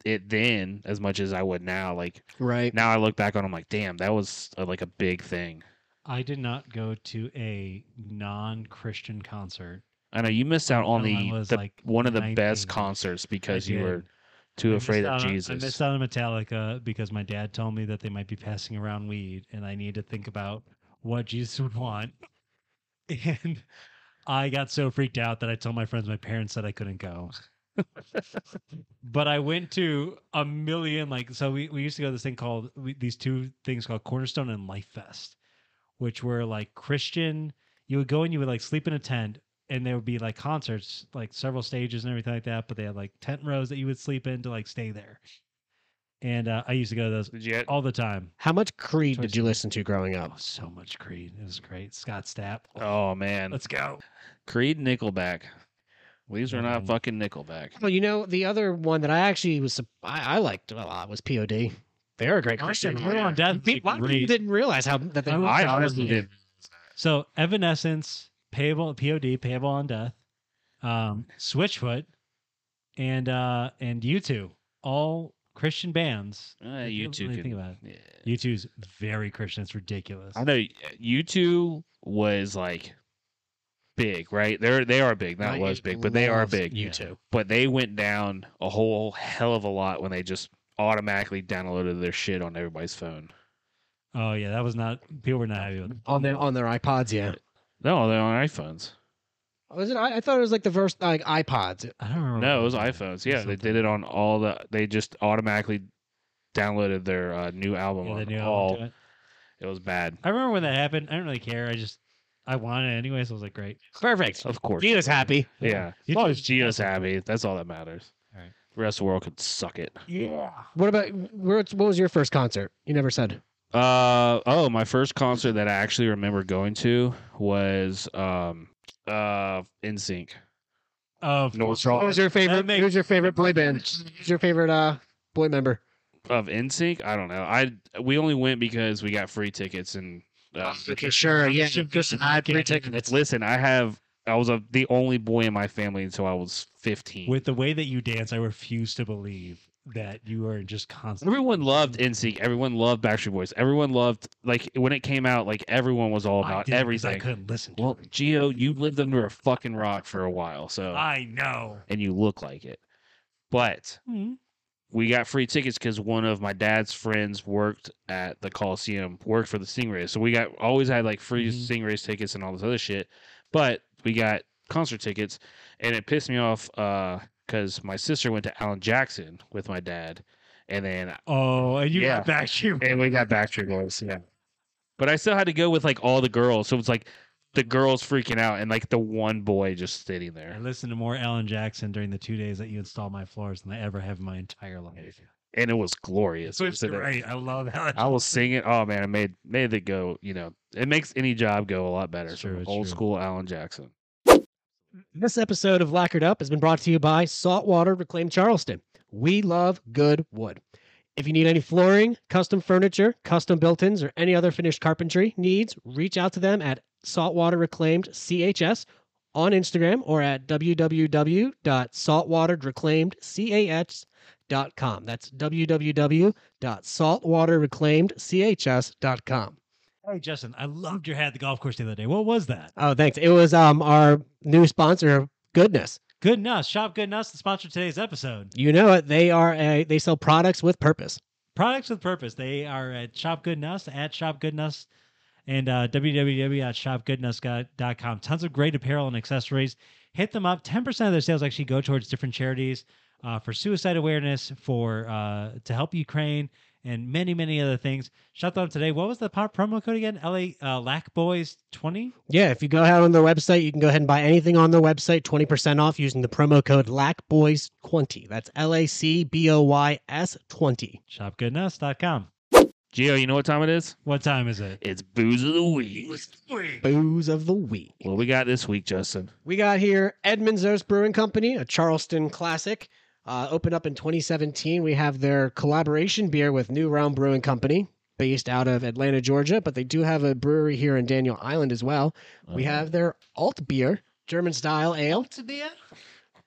it then as much as I would now. Like right, now, I look back on, it, I'm like, damn, that was uh like a big thing. I did not go to a non-Christian concert. I know you missed out on When I the, was, the like, one of the 19. best concerts because you did. were too I afraid missed of out on- I Jesus. missed out on Metallica because my dad told me that they might be passing around weed, and I need to think about what Jesus would want. *laughs* And I got so freaked out that I told my friends, my parents said I couldn't go. *laughs* but I went to a million like so. We, we used to go to this thing called we, these two things called Cornerstone and Life Fest, which were like Christian. You would go and you would like sleep in a tent and there would be like concerts, like several stages and everything like that. But they had like tent rows that you would sleep in to like stay there. And uh, I used to go to those Did you get all the time. How much Creed Choices. did you listen to growing up? Oh, so much Creed. It was great. Scott Stapp. Oh man, Let's go. Creed Nickelback. These are not Mhm. fucking Nickelback. Well, you know, the other one that I actually was sup- I, I liked a lot was POD. They're a great Christian. We're band. on death Pe- a lot of people Creed. didn't realize how that they. I were was- I Sounds honestly weird. did. So Evanescence, payable POD, payable on death, um, Switchfoot, and uh and U two, all Christian bands. Uh, If you don't two really think can. about it. Yeah. U two's very Christian. It's ridiculous. I know you two was like big, right? They're they are big. Not I was big, but they are loved big. You Yeah. two. But they went down a whole hell of a lot when they just automatically downloaded their shit on everybody's phone. Oh yeah, that was not people were not happy with. it. on their on their iPods. Yeah, No, they're on iPhones. was Oh, it? I, I thought it was like the first like iPods. I don't remember. No, it what was they did. iPhones. Yeah, they Something. did it on all the. They just automatically downloaded their uh, new album Yeah, on they knew how all. to do it. It was bad. I remember when that happened. I didn't really care. I just I wanted it anyway, so I was like, great. Perfect. Of course. Gina's happy. Yeah. You As long two- as Gio's happy, that's all that matters. All right. The rest of the world could suck it. Yeah. What about what's- what was your first concert? You never said. Uh oh, my first concert that I actually remember going to was um uh NSYNC. Of No, course. it's wrong. What was your favorite? makes- who's your favorite boy band? Who's your favorite uh boy member? Of NSYNC? I don't know. I we only went because we got free tickets and uh, okay, sure. Yeah, Should- just should- add three can't even- tickets. listen, I have I was a, the only boy in my family until I was 15. With the way that you dance, I refuse to believe that you are just constantly. Everyone loved NSYNC. Everyone loved Backstreet Boys. Everyone loved like when it came out. Like everyone was all I about did it 'cause I everything. couldn't listen to Well, it. Geo, you lived under a fucking rock for a while, so I know. and you look like it. But Mm-hmm. we got free tickets because one of my dad's friends worked at the Coliseum, worked for the Stingrays, so we got always had like free Mhm. Stingrays tickets and all this other shit. But we got concert tickets, and it pissed me off because my sister went to Alan Jackson with my dad, and then Oh, and you *laughs* got back you. and we got Backstreet Boys. Yeah, but I still had to go with like all the girls, so it's like the girls freaking out and like the one boy just sitting there. I listened to more Alan Jackson during the two days that you installed my floors than I ever have in my entire life. and it was glorious. So It it's was in a- great. I love Alan. I was singing. Oh man, it made made it go. You know, it makes any job go a lot better. It's true, So it's old true. school Alan Jackson. This episode of Lacquered Up has been brought to you by Saltwater Reclaimed Charleston. We love good wood. If you need any flooring, custom furniture, custom built ins, or any other finished carpentry needs, reach out to them at Saltwater Reclaimed CHS on Instagram or at www.saltwaterreclaimedchs.com. That's www.saltwaterreclaimedchs.com. Hey, Justin, I loved your hat at the golf course the other day. What was that? Oh, thanks. It was um our new sponsor, Goodness. Good Nuts. Shop Good Nuts, the sponsor of today's episode. You know it. They are a they sell products with purpose. Products with Purpose. They are at Shop Good Nuts, at Shop Good Nuts, and uh, www.shopgoodnuts.com. Tons of great apparel and accessories. Hit them up. 10% of their sales actually go towards different charities uh, for suicide awareness, for uh, to help Ukraine, and many, many other things. Shop them up today. What was the pop promo code again? LA uh, Lack Boys 20? Yeah, if you go out on their website, you can go ahead and buy anything on their website, 20% off using the promo code LACBOYS20. That's L A C B O Y S 20. Shopgoodnuts.com. Gio, you know what time it is? What time is it? It's booze of the week. Booze of the week. What we got this week, Justin? We got here Edmunds Oast Brewing Company, a Charleston classic. Uh, opened up in 2017. We have their collaboration beer with New Realm Brewing Company, based out of Atlanta, Georgia, but they do have a brewery here in Daniel Island as well. We Uh, have their alt beer, German style ale.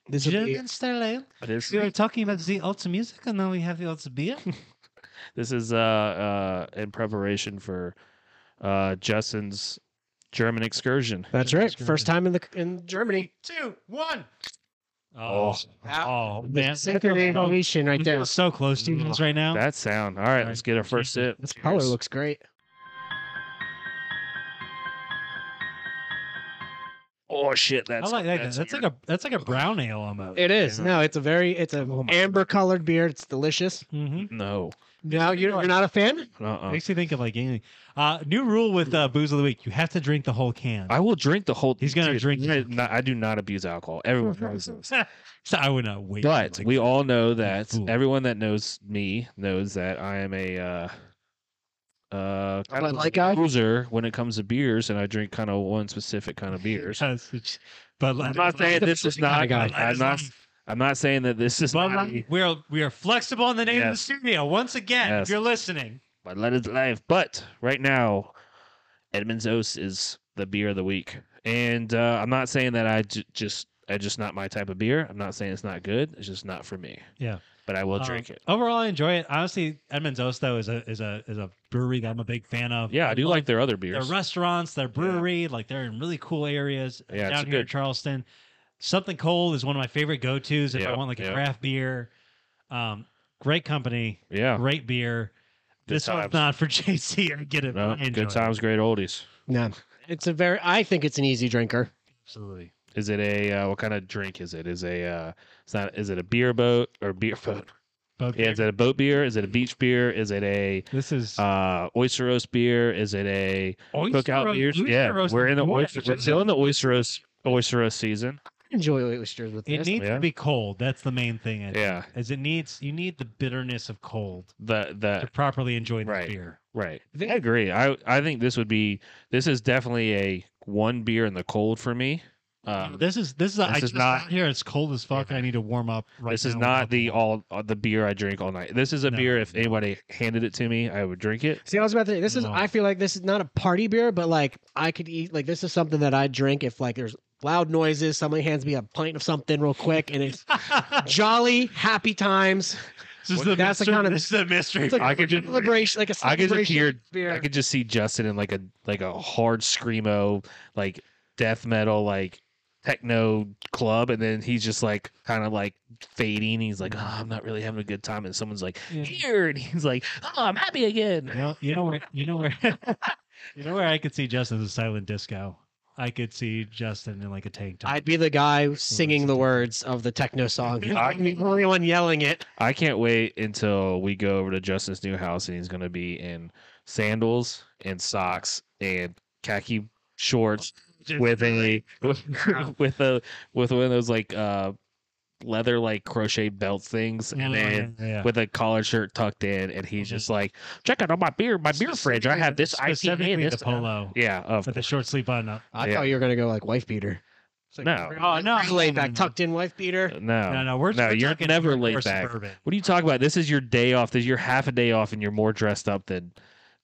This would be- German style ale. this. We are talking about the Alta music, and now we have the Alta beer. This is uh uh in preparation for uh Justin's German excursion. That's Sure, right. it's gonna First be- time in the in Germany. Two, one. Oh. oh man, so, Synchronization right there. so close to you guys right now. That sound. All right, let's get our first sip. This color looks great. oh shit, that's I like that. That's, weird. like a that's like a brown ale almost. It is. Yeah. No, it's a very it's a Oh my amber colored beer. It's delicious. hmm no. No, you're, you're not a fan. Uh-uh. Makes you think of like anything. Uh, new rule with uh, booze of the week: you have to drink the whole can. I will drink the whole. He's gonna drink- I, not, I do not abuse alcohol. *laughs* Everyone knows this. *laughs* so I would not wait. But like, we all know that fool. everyone that knows me knows that I am a uh, uh, kind of light guy? loser when it comes to beers, and I drink kind of one *laughs* specific kind of beers. *laughs* because it's- But I'm *laughs* not saying this is not. guy. I'm not. I'm not saying that this is. But not- we are we are flexible in the name Yes. of the studio. Once again, Yes. if you're listening, but let it live. But right now, Edmund's Oast is the beer of the week, and uh, I'm not saying that I j- just I just not my type of beer. I'm not saying it's not good. It's just not for me. Yeah. but I will Um, drink it. Overall, I enjoy it. Honestly, Edmonds Oast though is a is a is a brewery that I'm a big fan of. Yeah, I do love like their other their beers. restaurants, their brewery. Like they're in really cool areas Yeah, it's down here in good. Charleston. Something cold is one of my favorite go tos if I Yeah, want like a yeah. craft beer. Um, great company, Yeah, great beer. Good this times. one's not for *laughs* JC. I get it. No, but I enjoy it. good times, great oldies. No, it's a very. I think it's an easy drinker. Absolutely. Is it a uh, what kind of drink is it? Is a uh, it's not is it a beer boat or beer *laughs* boat? But Yeah, is it a boat beer? Is it a beach beer? Is it a this is uh, oyster roast beer? Is it a oyster cookout roast- beers? oyster Yeah, roast we're in the is good, oyster. We're still in the oyster roast oyster roast season. Enjoy oysters with It this. needs yeah. to be cold. That's the main thing. I think, Yeah, Is it needs you need the bitterness of cold the to the properly enjoy the right. beer. right. I agree. I I think this would be this is definitely a one beer in the cold for me. Um, this is this is I this is just not- got here. It's cold as fuck, and I need to warm up. Right. this is now with not the alcohol. all uh, the beer I drink all night. This is a No. beer. If anybody handed it to me, I would drink it. See, I was about to say this is. No. I feel like this is not a party beer, but like I could eat. Like this is something that I drink if like there's loud noises. Somebody hands me a pint of something real quick, and it's *laughs* jolly, happy times. *laughs* this is What- the that's the mystery, kind of- this is a mystery. It's *laughs* like I could just- celebration, like a I could celebration just hear. beer. I could just see Justin in like a like a hard screamo, like death metal, like techno club, and then he's just like kind of like fading. He's like, oh, I'm not really having a good time, and someone's like, Yeah. here, and he's like, oh, I'm happy you again. know, you know where you know where *laughs* you know where I could see Justin as a silent disco. I could see Justin in like a tank top. I'd be the guy singing the words of the techno *laughs* song. I'm the only one yelling it. I can't wait until we go over to Justin's new house, and he's gonna be in sandals and socks and khaki *laughs* shorts Just- with a with, with a with one of those like uh leather like crochet belt things, Yeah, and then. yeah, yeah. Mm-hmm. with a collared shirt tucked in, and he's just like, check out on my beer, my beer fridge. I have this IPA. specifically and the This polo Yeah. Of, with the short sleeve button up. I Yeah. thought you were gonna go like wife beater. It's like, No. Oh, no, really laid no, back, no. tucked in *laughs* wife beater. no. No, no, we're Oh. No, we're you're talking never hardcore laid back. suburban. What are you talking about? This is your day off. This is your half a day off, and you're more dressed up than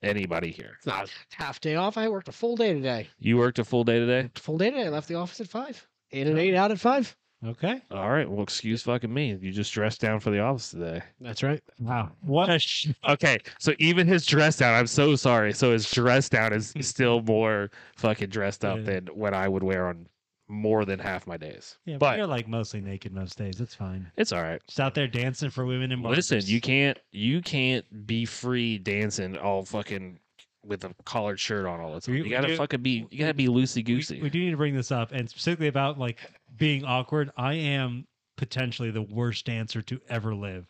anybody here. It's not half day off. I worked a full day today. You worked a full day today. Full day today. I left the office at five. In and eight out at five. Okay. All right. Well, excuse fucking me. You just dressed down for the office today. That's right. Wow. What a sh- Okay. So even his dress down, I'm so sorry. So his dress *laughs* down is still more fucking dressed up Yeah. than what I would wear on more than half my days. Yeah, but But- you're like mostly naked most days. It's fine. It's all right. Just out there dancing for women and Listen, barbers. you can't you can't be free dancing all fucking with a collared shirt on all the time. We- You we gotta do- fucking be you gotta be loosey we, goosey. we do need to bring this up and specifically about like being awkward. I am potentially the worst dancer to ever live.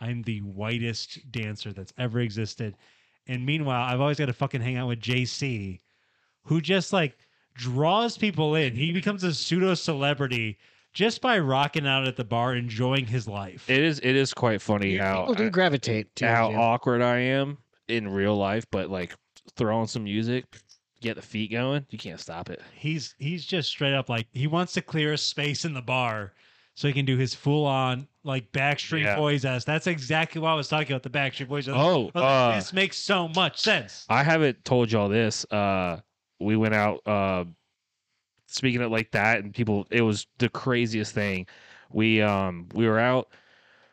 I'm the whitest dancer that's ever existed. And meanwhile, I've always got to fucking hang out with JC, who just like draws people in. He becomes a pseudo celebrity just by rocking out at the bar, enjoying his life. It is it is quite funny how Oh, People do gravitate to how you. awkward I am in real life, but like throwing some music, get the feet going, you can't stop it. he's he's just straight up like he wants to clear a space in the bar so he can do his full on like Backstreet Yeah. Boys ass. That's exactly what I was talking about. The Backstreet Boys. I was Oh, like, uh, this makes so much sense. I haven't told y'all this. Uh, we went out. Uh, speaking of like that, and people, it was the craziest thing. We um we were out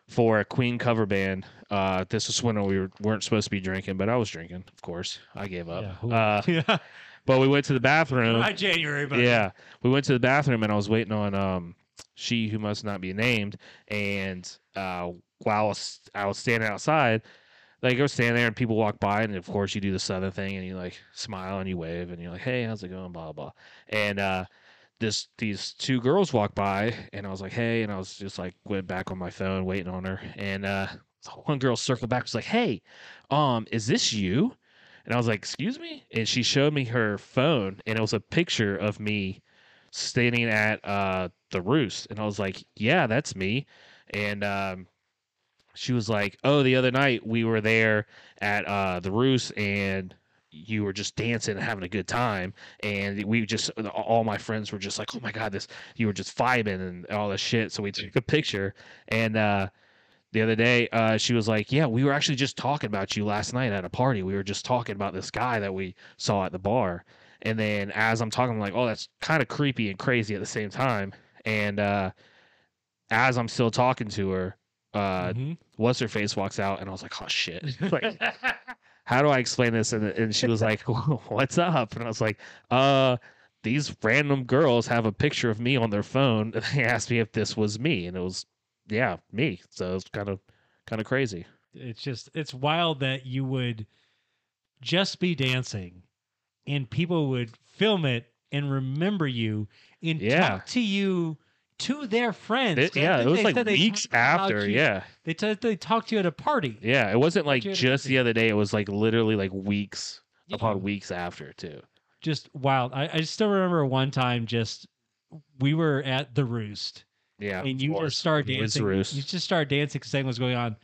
for a Queen cover band. Uh, this was when we were, weren't supposed to be drinking, but I was drinking, of course. I gave up. Yeah, who- uh, *laughs* yeah. but we went to the bathroom. By January, but Yeah, we went to the bathroom and I was waiting on um she who must not be named and uh while I was, I was standing outside, like I was standing there and people walk by and of course you do the southern thing and you like smile and you wave and you're like hey how's it going blah blah, blah. and uh this these two girls walked by and I was like, hey, and I was just like went back on my phone waiting on her. And uh *laughs* one girl circled back was like, Hey, um, is this you? And I was like, excuse me? And she showed me her phone and it was a picture of me standing at uh the roost. And I was like, Yeah, that's me. And um she was like, Oh, the other night we were there at uh the roost and you were just dancing and having a good time and we just all my friends were just like oh my god this you were just vibing and all this shit so we took a picture and uh the other day uh she was like yeah we were actually just talking about you last night at a party we were just talking about this guy that we saw at the bar and then as i'm talking i'm like oh that's kind of creepy and crazy at the same time and uh as i'm still talking to her uh *laughs* Mhm. what's her face walks out and i was like oh shit *laughs* *laughs* like how do i explain this and, and she was like *laughs* what's up and i was like uh these random girls have a picture of me on their phone *laughs* and they asked me if this was me and it was yeah me so it's kind of kind of crazy It's just it's wild that you would just be dancing and people would film it and remember you and Yeah. talk to you to their friends. It- 'Cause I yeah it think was they like said they weeks talked about after you- yeah They t- they talked to you at a party. yeah it wasn't like you had a just the picture. other day it was like literally like weeks Yeah. upon weeks after too just wild. I, I still remember one time just we were at the roost yeah and you were just started It was dancing. roost. You just started dancing because something was going on.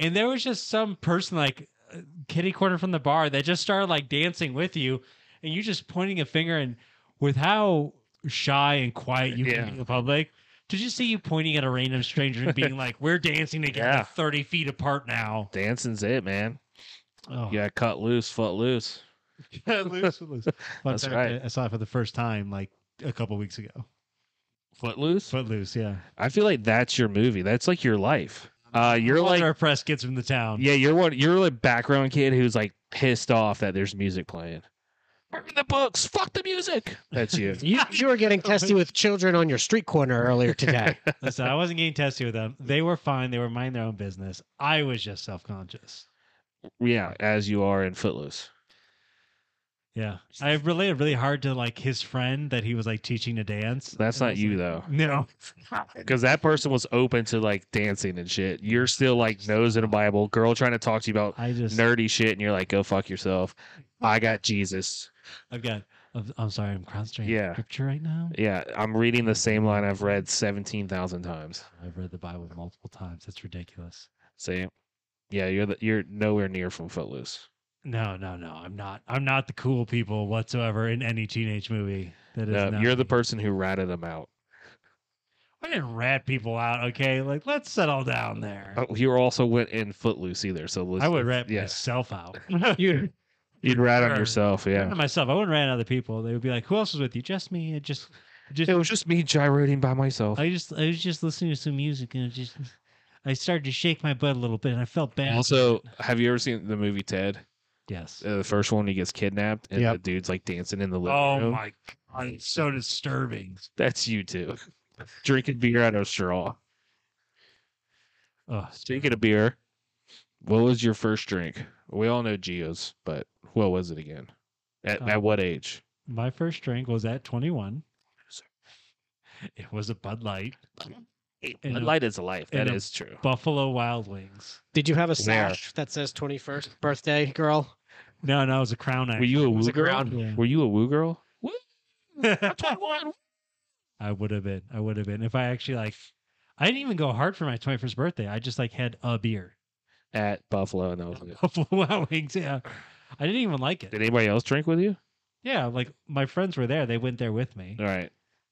And there was just some person like uh, kitty corner from the bar that just started like dancing with you and you just pointing a finger and with how shy and quiet you Yeah. can be in public. Did you see you pointing at a random stranger and being like, "We're *laughs* dancing together, Yeah. thirty feet apart now"? dancing's it man Oh. you got cut loose foot loose *laughs* loose, loose. *laughs* That's right. I saw it for the first time like a couple weeks ago. foot loose Footloose, yeah. I feel like that's your movie. That's like your life. Uh, you're All like, our press gets from the town. yeah, you're one. You're like background kid who's like pissed off that there's music playing. Burn the books. Fuck the music. That's you. You, you were getting testy with children on your street corner *laughs* earlier today. Listen, I wasn't getting testy with them. They were fine. They were minding their own business. I was just self conscious. yeah, as you are in Footloose. Yeah. I related really hard to like his friend that he was like teaching to dance. That's And I not was you like, though, No. because that person was open to like dancing and shit. You're still like nose in a Bible, girl trying to talk to you about I just nerdy shit, and you're like, go fuck yourself. I got Jesus. I've got I'm, I'm sorry, I'm concentrating on Yeah. scripture right now. Yeah, I'm reading the same line I've read seventeen thousand times. I've read the Bible multiple times. That's ridiculous. See, yeah, you're the, you're nowhere near from Footloose. No, no, no. I'm not I'm not the cool people whatsoever in any teenage movie. That is No, not you're the me. person who ratted them out. I didn't rat people out, okay? Like let's settle down there. Oh, you also went in Footloose either, so let's, I would rat yeah. myself *laughs* out. You, You'd rat Sure. on yourself, Rat yeah. on myself. I wouldn't rat on other people. They would be like, "Who else was with you?" Just me. I just, just It was just me gyrating by myself. I just, I was just listening to some music and I just, I started to shake my butt a little bit and I felt bad. also, have you ever seen the movie Ted? yes. Uh, the first one, he gets kidnapped, and Yep. the dude's like dancing in the living Oh room. my god, it's so disturbing. That's you too, drinking beer out of straw. Oh, Speaking of beer, what was your first drink? We all know Geo's, but what was it again? At, Uh, at what age? my first drink was at 21. It was a Bud Light, in Bud a- Light is a life. in That a is true. Buffalo Wild Wings. did you have a Where? sash that says 21st birthday, girl? No, no, it was a Crown Act. Were you a was woo a girl? ground- Yeah. Were you a woo girl? *laughs* I would have been. I would have been if I actually like. I didn't even go hard for my 21st birthday. I just like had a beer. at Buffalo, and that *laughs* was it. Buffalo Wild Wings. Yeah, I didn't even like Did it. anybody else drink with you? Yeah, like my friends were there. They went there with me. All right.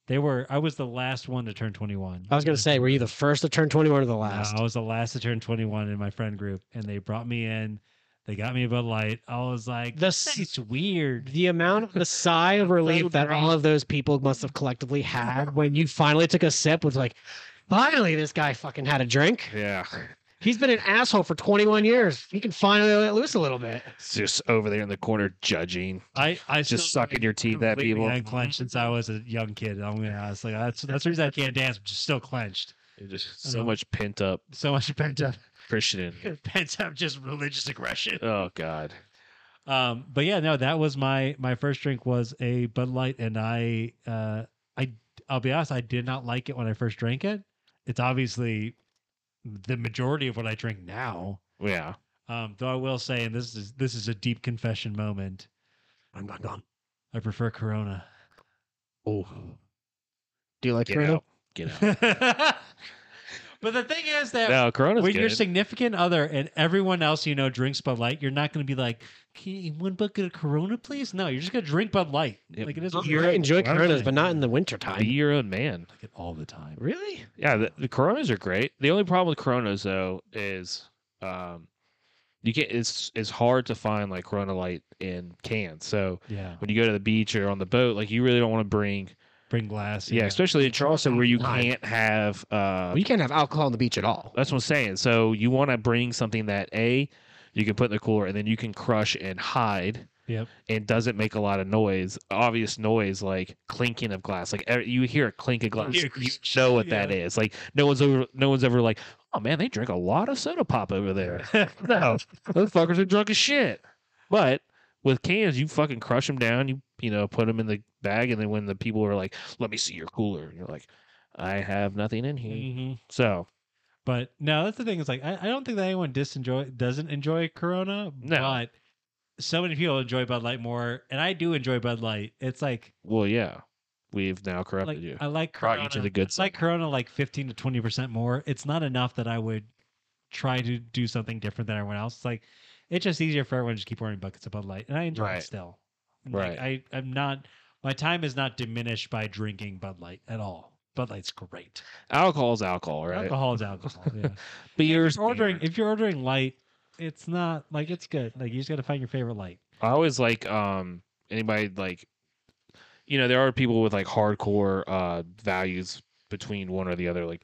They were. I was the last one to turn twenty one. I was going to say, were you the first to turn 21 or the last? I was the last to turn twenty one in my friend group, and they brought me in. They got me a Bud Light. I was like, The "This s- is weird." The amount of the sigh of relief that drunk. all of those people must have collectively had when you finally took a sip was like, finally, this guy fucking had a drink. Yeah. He's been an asshole for 21 years. He can finally let loose a little bit. *laughs* It's just over there in the corner judging, I I just sucking your teeth at people. Unclenched since I was a young kid. I'm gonna be honest. Like that's that's the reason I can't dance, but just still clenched. It's Just I so know. much pent up So much pent up, *laughs* Christian. *laughs* pent up, just religious aggression. Oh God. Um, but yeah, no, that was my my first drink was a Bud Light, and I uh, I'll be honest, I did not like it when I first drank it. It's obviously the majority of what I drink now. Yeah. Um, though I will say, and this is this is a deep confession moment, I'm not gone. I prefer Corona. *laughs* Oh. Do you like Get Corona? out. Get *laughs* out. but the thing is that no, Corona's when good. your significant other and everyone else you know drinks Bud Light, you're not going to be like, "Can you one bucket of Corona, please?" No, you're just going to drink Bud Light. Yep. Like it is. You enjoy Well, I'm Coronas, saying- but not in the Be wintertime. your own man. like it all the time. Really? Yeah, the, the Coronas are great. The only problem with Coronas though is, um, you can't. It's it's hard to find like Corona Light in cans. So Yeah, when you go to the beach or on the boat, like you really don't want to bring. bring glass. Yeah, especially in Charleston where you can't have. Uh, Well, you can't have alcohol on the beach at all. that's what I'm saying. So you want to bring something that a you can put in the cooler and then you can crush and hide. Yep. And doesn't make a lot of noise, obvious noise like clinking of glass. Like e- you hear a clink of glass, Yeah. you know what that is. Like no one's over, no one's ever like, oh man, they drink a lot of soda pop over there. *laughs* no, those fuckers are drunk as shit. But with cans, you fucking crush them down. You you know put them in the bag, and then when the people are like, let me see your cooler, and you're like, I have nothing in here. hmm So But no, that's the thing. Is like I, I don't think that anyone disenjoy doesn't enjoy Corona, No. but so many people enjoy Bud Light more, and I do enjoy Bud Light. It's like Well, yeah, we've now corrupted like you. I like Brought Corona. you to the good It's like Corona, like fifteen to twenty percent more. It's not enough that I would try to do something different than everyone else. It's like it's just easier for everyone to just keep ordering buckets of Bud Light, and I enjoy Right. it still. Right. Like, I I'm not. My time is not diminished by drinking Bud Light at all. Bud Light's great. alcohol's alcohol, right? Alcohol is alcohol. *laughs* Yeah. Beer's you're ordering beer. if you're ordering light, it's not like it's good. Like you just gotta find your favorite light. I always like um anybody like, you know, there are people with like hardcore uh values between one or the other. Like,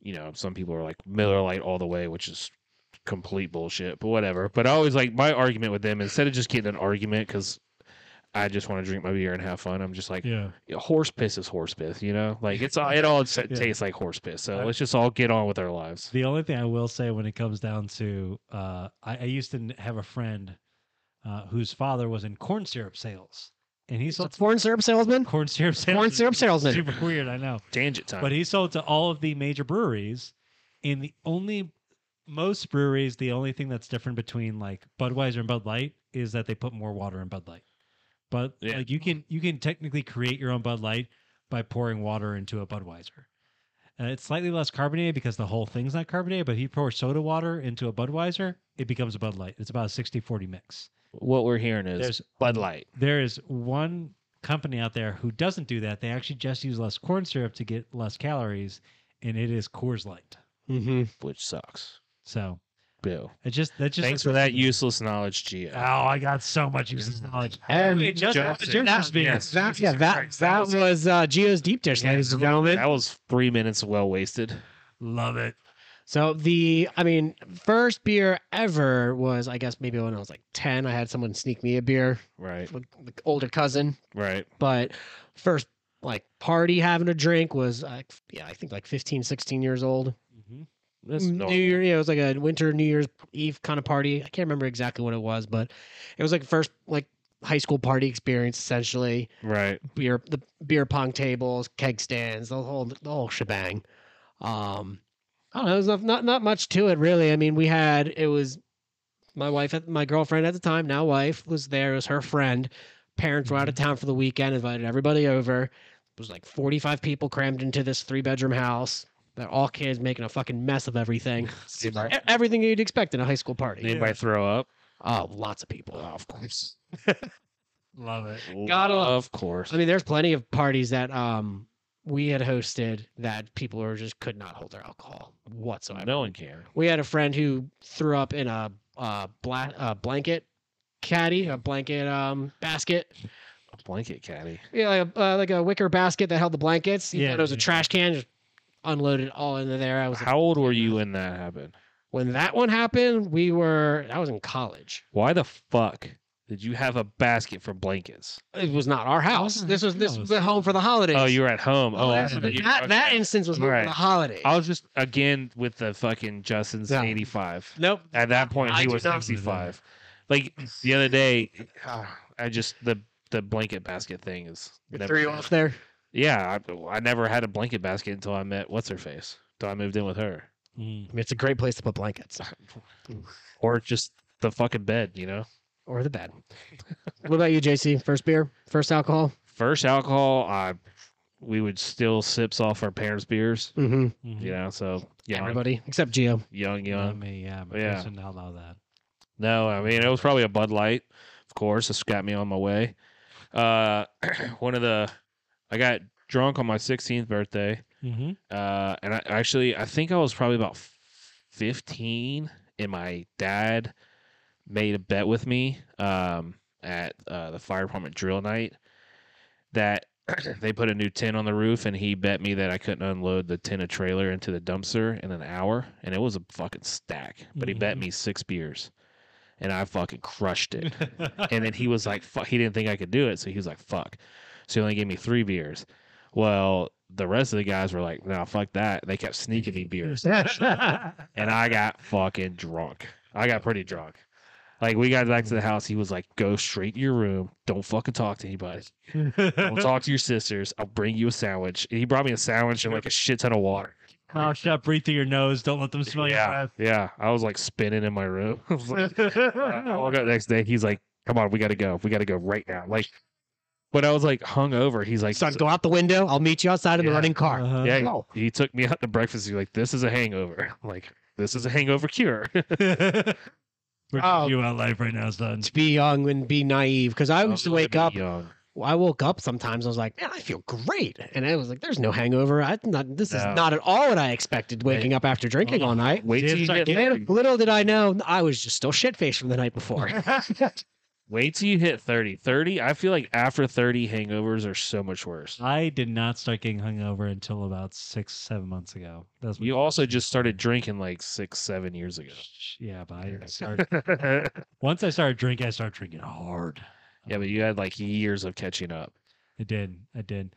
you know, some people are like Miller Lite all the way, which is complete bullshit, but whatever. But I always like my argument with them instead of just getting an argument because. I just want to drink my beer and have fun. I'm just like Yeah. horse piss is horse piss, you know. Like it's *laughs* all it all s- Yeah. tastes like horse piss. So I- let's just all get on with our lives. The only thing I will say when it comes down to, uh, I, I used to n- have a friend uh, whose father was in corn syrup sales, and he So sold corn syrup salesman? corn syrup sales. Corn is syrup salesman. *laughs* Super weird, I know. Tangent time. But he sold to all of the major breweries, and the only most breweries, the only thing that's different between like Budweiser and Bud Light is that they put more water in Bud Light. But Yeah. like you can you can technically create your own Bud Light by pouring water into a Budweiser. Uh, it's slightly less carbonated because the whole thing's not carbonated, but if you pour soda water into a Budweiser, it becomes a Bud Light. It's about a 60-40 mix. what we're hearing is There's Bud Light. there is one company out there who doesn't do that. They actually just use less corn syrup to get less calories, and it is Coors Light. Mm-hmm. which sucks. So Bill, it just that just thanks for that useless knowledge, Oh, Gio. I got so much useless Mm. knowledge. And It just Johnson. Johnson. Johnson. Yes. That, yeah, that, that was uh, Geo's deep dish, ladies and gentlemen. That was three minutes well wasted. Love it. So the, I mean, first beer ever was, I guess, maybe when I was like ten. I had someone sneak me a beer, Right, like, like older cousin. right. But first, like party having a drink was, like, yeah, I think like 15, 16 years old. Mm-hmm. That's New normal. Year, yeah, it was like a winter New Year's Eve kind of party. I can't remember exactly what it was, but it was like first like high school party experience essentially. right. Beer, the beer pong tables, keg stands, the whole the whole shebang. Um, I don't know. There's not, not not much to it really. I mean, we had it was my wife, at, my girlfriend at the time, now wife, was there. It was her friend. Parents were out Mm-hmm. of town for the weekend. Invited everybody over. It was like 45 people crammed into this three bedroom house. They're all kids making a fucking mess *laughs* of everything. Seems E- Everything you'd expect in a high school Did party. anybody throw up? Oh, lots of people. of course. Love it. Gotta love- of course. I mean, there's plenty of parties that um we had hosted that people were just could not hold their alcohol whatsoever. no one can. We had a friend who threw up in a uh, bla- uh blanket caddy, a blanket um basket, A blanket caddy. yeah, like a, uh, like a wicker basket that held the blankets. yeah, Yeah, it was a yeah. trash can, just unloaded all into there. I was like, How old were you when that happened? when that one happened, we were I was in college. Why the fuck did you have a basket for blankets? It was not our house. This was this No, was the home for the holidays. Oh, you were at home. Oh, that, I- you- that, that okay. instance was home Right. for the holidays. I was just again with the fucking Justin's Yeah. 85. Nope. At that point, I he do was not believe 65. Like the other day, ah, I just the the blanket basket thing is It never threw you gonna- off there. Yeah, I, I never had a blanket basket until I met what's her face. Until I moved in with her, Mm. I mean, it's a great place to *laughs* put blankets or just the fucking bed. You know, or the bed. what about you, JC? First beer, first alcohol? first alcohol, I we would still sips off our parents' beers. Mm-hmm. Mhm. You know, so young, Everybody except Geo. young, Not young. me, yeah, but Yeah. yeah. not allow that. No, I mean it was probably a Bud Light, of course. This got me on my way. Uh, *clears throat* one of the, I got drunk on my 16th birthday. Mm-hmm. *laughs* Uh, and I actually, I think I was probably about 15, and my dad made a bet with me um, at uh, the fire department drill night that *clears throat* they put a new tin on the roof, and he bet me that I couldn't unload the tin of trailer into the dumpster in an hour, and it was a fucking stack. But he bet Mhm. me six beers, and I fucking crushed it. And then he was like, fuck, he didn't think I could do it. So he was like, fuck. So he only gave me three beers. Well, the rest of the guys were like, no, fuck that. They kept sneaking me beers. And I got fucking drunk. I got pretty drunk. Like, we got back to the house. He was like, go straight to your room. Don't fucking talk to anybody. *laughs* Don't talk to your sisters. I'll bring you a sandwich. And he brought me a sandwich and like a shit ton of water. Mouth shut, breathe through your nose. Don't let them smell yeah. Yeah. I was like spinning in my room. *laughs* I was like, your breath. *laughs* Uh, I woke up the next day. He's like, "Come on, we gotta go. We gotta go right now." Like when I was like hungover, he's like, Son, go out the window. I'll meet you outside in the Yeah. running car. Uh-huh. "Yeah." go. He took me out to breakfast. He's like, "This is a hangover. I'm like this is a hangover cure." *laughs* We're Oh. oh. you out live right now, son. To be young and be naive, because I used to wake up. Young. I woke up sometimes. I was like, man, I feel great, and I was like, there's no hangover. I not. This No. Uh-huh. is not at all what I expected. Waking up after drinking all night. Wait till Did you I hit, get thirty. Little did I know, I was just still shit faced from the *laughs* night before. wait till you hit thirty. Thirty. I feel like after thirty, hangovers are so much worse. I did not start getting hungover until about six, seven months ago. That's You also just started drinking like six, seven years *laughs* ago. yeah, but I Yeah. didn't start. yeah, Once I started drinking, I started drinking hard. but you had like years of catching up. It did. It did.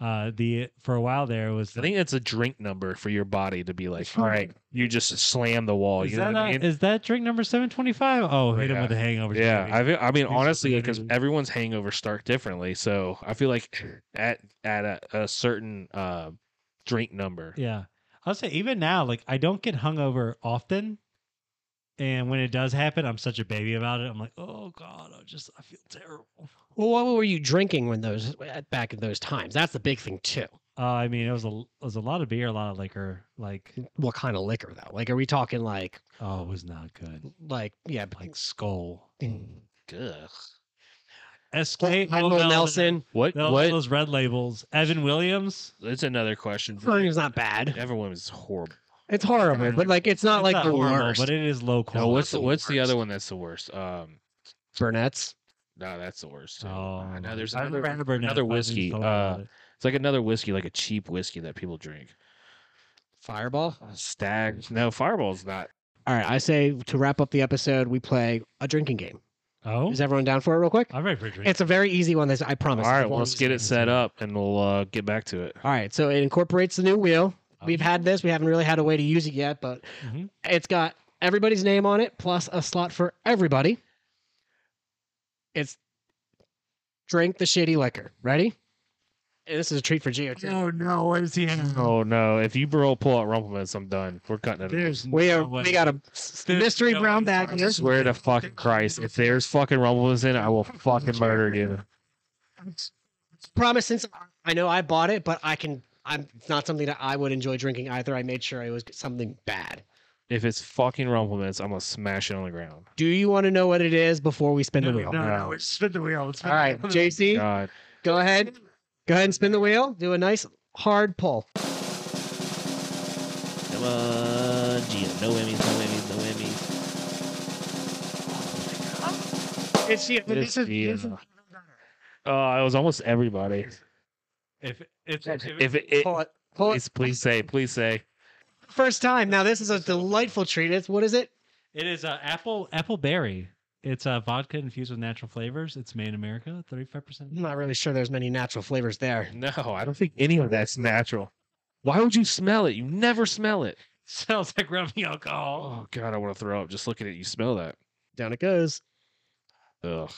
Uh, the for a while there was I the, think it's a drink number for your body to be like, all right, you just slam the wall. is, you know that what I a- mean? is that drink number seven twenty five? Oh, hit him Yeah. with a hangover. Yeah, I, Jimmy. feel, I mean, Things are honestly, because really- everyone's hangovers start differently, so I feel like at at a, a certain uh, drink number, yeah. I'll say even now, like I don't get hungover often, and when it does happen, I'm such a baby about it. I'm like, oh god, I just I feel terrible. well, what were you drinking when those back in those times? That's the big thing too. Uh, I mean, it was a it was a lot of beer, a lot of liquor. Like, What kind of liquor though? Like, are we talking like, oh, it was not good. like yeah, but- Like skull. mm, Ugh. SK Heinz Nelson? what Those, what? those red labels. Evan Williams. That's another question. I For mean, It's not bad. Everyone was horrible. It's horrible, but like it's not It's like the horrible, worst. but it is low No, quality. what's the the, what's the worst. other one that's the worst? Um, Burnett's. no, that's the worst. too. Oh, I know there's I've another, never had a Burnett, another but I just whiskey. thought about Uh, it. it's like another whiskey, like a cheap whiskey that people drink. Fireball. Oh, Stag. No, Fireball's not. All right, I say to wrap up the episode, we play a drinking game. oh, Is everyone down for it, real quick? I'm ready for a drink. It's a very easy one. This I All promise. right, One- well, let's get it set up, and we'll uh, get back to it. All right, so it incorporates the new wheel. We've had this. We haven't really had a way to use it yet, but Mhm. it's got everybody's name on it plus a slot for everybody. It's drink the shitty liquor. Ready? And this is a treat for Geo. too. Oh *laughs* no! What is he? Oh no! If you roll pull out Rumplements, I'm done. We're cutting it. There's We no are. way. We got a *laughs* There's mystery no brown way. bag. I here. swear to fucking Christ, if there's fucking Rumplements in it, I will fucking murder you. promise since I know I bought it, but I can. I'm it's not something that I would enjoy drinking either. I made sure it was something bad. If it's fucking Rumplements, I'm gonna smash it on the ground. Do you want to know what it is before we spin No, the wheel? no, No. no! it's Spin the wheel. it's Spin All right, the wheel. JC, God, go ahead. Go ahead and spin the wheel. Do a nice hard pull. come on, Gina. No whammies, no whammies, no whammies. It's you. This is- Oh, it was almost everybody. If if if, If it, it Pull it. Pull it. please, please say, please say. First time. Now this is a delightful treat. It's what is it? it is uh, apple apple berry, it's uh, vodka infused with natural flavors. It's made in America. Thirty five percent. *laughs* Mm. I'm not really sure there's many natural flavors there. No, I don't think any of that's natural. Why would you smell it? You never smell it. Sounds like rubbing alcohol. Oh God, I want to throw up just looking at you smell that. Down it goes. Ugh.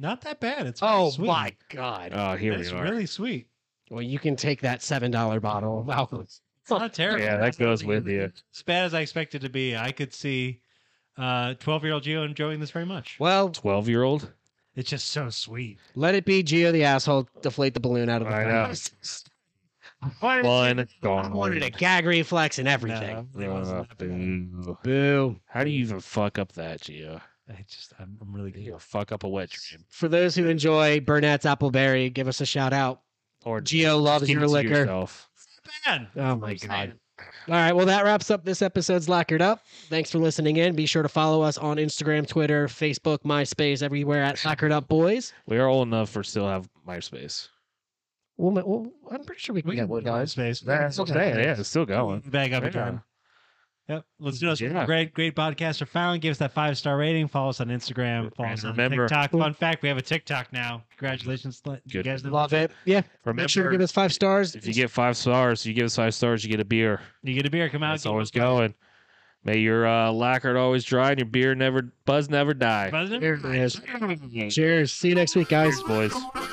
Not that bad. It's Oh sweet. my god. Oh, here it's we are. really sweet. Well, you can take that seven dollar bottle of alcohol. It's not terrible. Yeah, that That's not goes really- with you. As bad as I expected to be, I could see uh 12 year old Geo enjoying this very much. Well, Twelve year old. It's just so sweet. let it be Geo the asshole deflate the balloon out of the I plane. I wanted, One gone. I wanted a gag reflex and everything. No, it wasn't that bad. Uh-huh. Boo. Boo. How do you even fuck up that, Gio? I just I'm, I'm really good. You fuck up a wet dream. For those who enjoy Burnett's Appleberry, give us a shout out. Or Geo loves keep it your to liquor. yourself. Man, Oh my I'm god. saying. All right, well that wraps up this episode's Lacquered Up. Thanks for listening in. Be sure to follow us on Instagram, Twitter, Facebook, MySpace, everywhere at Lacquered Up Boys. We are old enough for still have MySpace. Well, my- well, I'm pretty sure we can We get can one, go in guys. space. what I'm saying. Yeah, it's still going. Bag up Yeah. again. Yep. Let's do us. Yeah. Great, great podcasts are found. Give us that five star rating. Follow us on Instagram. Follow And us on remember- TikTok. Fun fact: We have a TikTok now. Congratulations, Lin- you Good. guys. did- Love it. Yeah. Remember, Make sure to give us five stars. if you get five stars, you give us five stars, you get a beer. You get a beer. Come out. That's get always one. going. May your uh, lacquer always dry and your beer never buzz never die. President? Cheers. See you next week, guys. Cheers, boys.